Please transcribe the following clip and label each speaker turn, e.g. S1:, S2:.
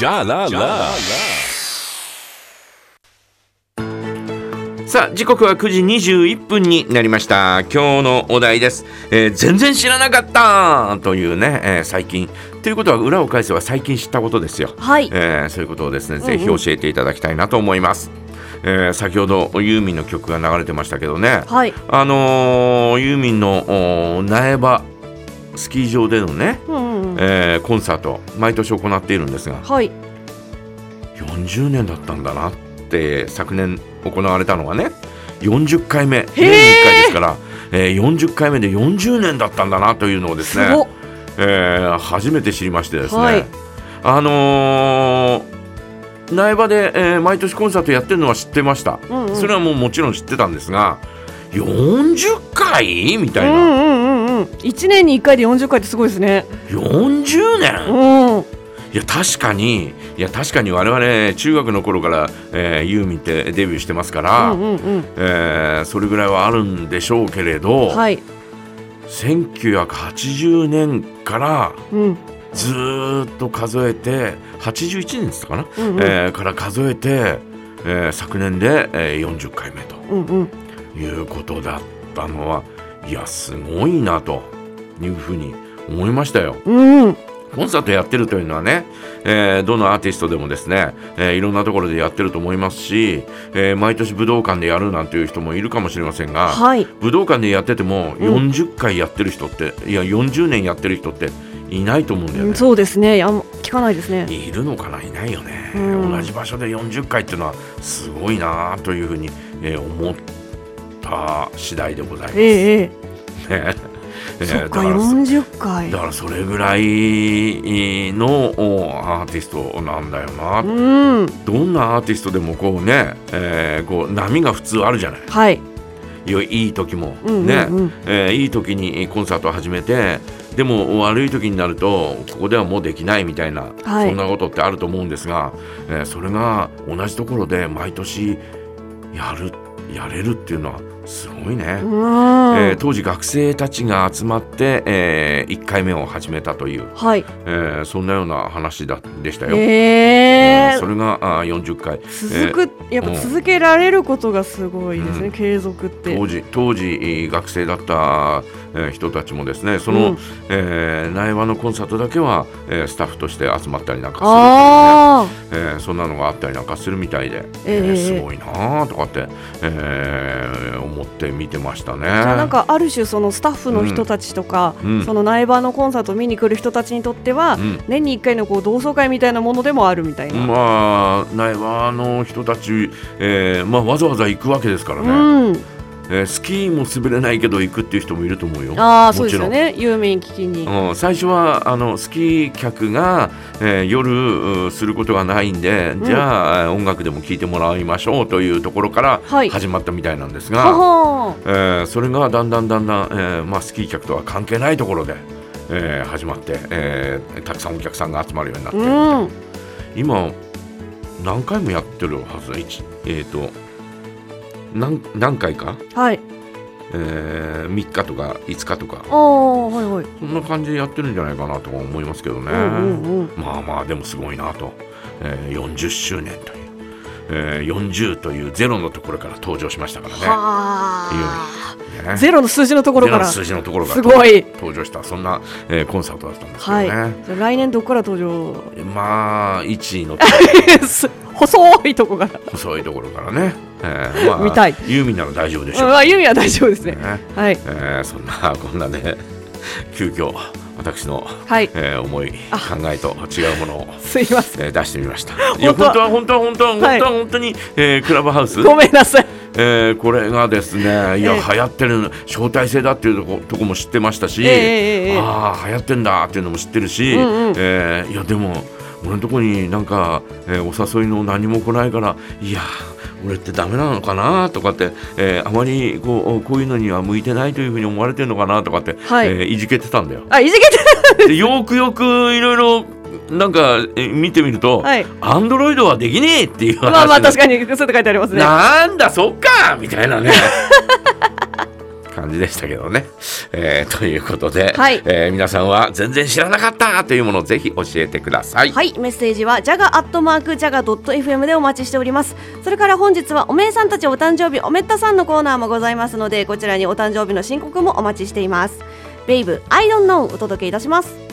S1: Ja la la.
S2: さあ時刻は9時21分になりました今日のお題です、えー全然知らなかったというね、えー最近ということは裏を返せば最近知ったことですよ、
S3: はい。
S2: えーそういうことをですねぜひ教えていただきたいなと思います、えー先ほどユーミンの曲が流れてましたけどね
S3: はい。
S2: あのーユーミンのおー苗場スキー場でのね、
S3: うんうんうん。
S2: えーコンサート毎年行っているんですが
S3: はい。
S2: 40年だったんだなって昨年行われたのがね40回目年に1回ですから、えー40回目で40年だったんだなというのをです
S3: す
S2: ね
S3: ごっ。
S2: えー初めて知りましてですね、
S3: はい
S2: あのー苗場で、えー毎年コンサートやってるのは知ってました、
S3: うんうん
S2: それはもうもちろん知ってたんですが40回み
S3: う
S2: たい
S3: ん
S2: な、
S3: うんうんうん。一年に一回で40回ってすごいですね。
S2: 40年、
S3: うん。
S2: いや確かにいや確かに我々中学の頃から、えーユーミンってデビューしてますから、
S3: うんうんうん。
S2: えーそれぐらいはあるんでしょうけれど、
S3: はい。
S2: 1980年から
S3: うん。
S2: ずーっと数えて81年ですかな、
S3: うんうん
S2: えーから数えて、えー昨年で、えー40回目と
S3: うんうん。
S2: いうことだったのはいやすごいなというふうに思いましたよ。
S3: うんうん。
S2: コンサートやってるというのはね、えーどのアーティストでもですね、えーいろんなところでやってると思いますし、えー毎年武道館でやるなんていう人もいるかもしれませんが、
S3: はい。
S2: 武道館でやってても
S3: うん
S2: 40回やってる人って、いや40年やってる人っていないと思うんだよね。
S3: そうですね。あんま聞かないですね。
S2: いるのかないないよね、
S3: うん
S2: 同じ場所で40回っていうのはすごいなというふうに、えー思った次第でございます。
S3: えええ
S2: ね
S3: え。
S2: え
S3: そ
S2: ー
S3: っ
S2: だ
S3: か、
S2: ら
S3: 40回
S2: だ。からそれぐらいのおアーティストなんだよな、
S3: うん。
S2: どんなアーティストでもこうね、えーこう波が普通あるじゃない
S3: はい。
S2: よいい時も、
S3: うんうんうん
S2: ね、えーいい時にコンサートを始めてでも悪い時になるとここではもうできないみたいな、
S3: はい
S2: そんなことってあると思うんですが、えーそれが同じところで毎年やるやれるっていうのはすごいね。
S3: うん。
S2: えー当時学生たちが集まって、え1回目を始めたという、
S3: はい。
S2: えーそんなような話だでしたよ。
S3: え
S2: う
S3: え
S2: んそ。れがあー40回
S3: 続く、やっぱ
S2: うん
S3: 続けられることがすごいです
S2: う
S3: ね、
S2: ん
S3: 継続って。
S2: 当時当時えー学生だった、えー人たちもですねその、
S3: うん
S2: えー内輪のコンサートだけは、えースタッフとして集まったりなんかする
S3: ああ。
S2: というねえーそんなのがあったりなんかするみたいで、
S3: ええ
S2: ーすごいなーとかって、えー思って見てましたね。
S3: じゃあなんかある種そのスタッフの人たちとか、
S2: うん
S3: その苗場のコンサートを見に来る人たちにとっては、
S2: うん
S3: 年に1回のこう同窓会みたいなものでもあるみたいな、
S2: まあ内輪の人たち、えーまあ、わざわざ行くわけですからね、
S3: うん、
S2: えースキーも滑れないけど行くっていう人もいると思うよ。
S3: あ
S2: も
S3: あそうです
S2: ちろ
S3: よ
S2: ん
S3: ねユーミン聞きに、
S2: うん最初はあのスキー客が、えー夜うんすることがないんで、
S3: ん
S2: じゃあ音楽でも聴いてもらいましょうというところから
S3: はい
S2: 始まったみたいなんです
S3: は
S2: が、
S3: は
S2: えーそれがだんだんだんだん、えーまあ、スキー客とは関係ないところで、えー始まって、えーたくさんお客さんが集まるようになって、
S3: うん
S2: 今何回もやってるはず一えっ、と何何回か、
S3: はい
S2: え3日とか5日とか
S3: ああはいはい、
S2: そんな感じでやってるんじゃないかなと思いますけどね。
S3: うんうんうん
S2: まあまあでもすごいなと、えー40周年という、えー40というゼロのところから登場しましたからね。
S3: は
S2: ね
S3: あゼロの数字のところ
S2: ゼロ
S3: か
S2: の
S3: ら
S2: 数字のところから
S3: すごい
S2: 登場したそんな、えーコンサートだったんですけど
S3: は
S2: ね。
S3: い来年どこから登場
S2: まあ1位の
S3: す細いと こから
S2: 細いところからね、えーまあ、
S3: 見たい
S2: ユーミンなら大丈夫でし
S3: う
S2: ょ
S3: ん
S2: う。
S3: まあユーミンは大丈夫ですね
S2: ね
S3: はい
S2: えーそんなこんなね急遽私の、
S3: はい
S2: えー思い
S3: あ
S2: 考えと違うものを
S3: すいません
S2: えー出してみました。いや本
S3: 本当
S2: 当は本当は本当は本当
S3: はい
S2: は本当に、えークラブハウス、
S3: ごめんなさい
S2: えーこれがですねいや、
S3: ええ
S2: 流行ってる招待制だっていうとことこも知ってましたし、
S3: ええええええ
S2: ああ流行ってんだっていうのも知ってるし、
S3: うんうん
S2: えーいやでも俺のとこになんか、えーお誘いの何も来ないからいや俺ってダメなのかなとかって、えーあまりこうこういうのには向いてないというふうに思われてるのかなとかって、
S3: はい
S2: えーいじけてたんだよ。
S3: あいじけて
S2: でよくよくいろいろなんか、えー見てみると、
S3: はい
S2: アンドロイドはできねえっていう話
S3: まあまあ
S2: になっ
S3: 確かにそうやって書いてありますね。
S2: なんだそっかみたいなね感感じでしたけどね。えーということで、
S3: はい
S2: えー皆さんは全然知らなかったというものをぜひ教えてください。
S3: はい、メッセージは jaga.jaga.fm でお待ちしております。それから本日はおめえさんたちお誕生日おめったさんのコーナーもございますので、こちらにお誕生日の申告もお待ちしています。ベイブ、I don't know お届けいたします。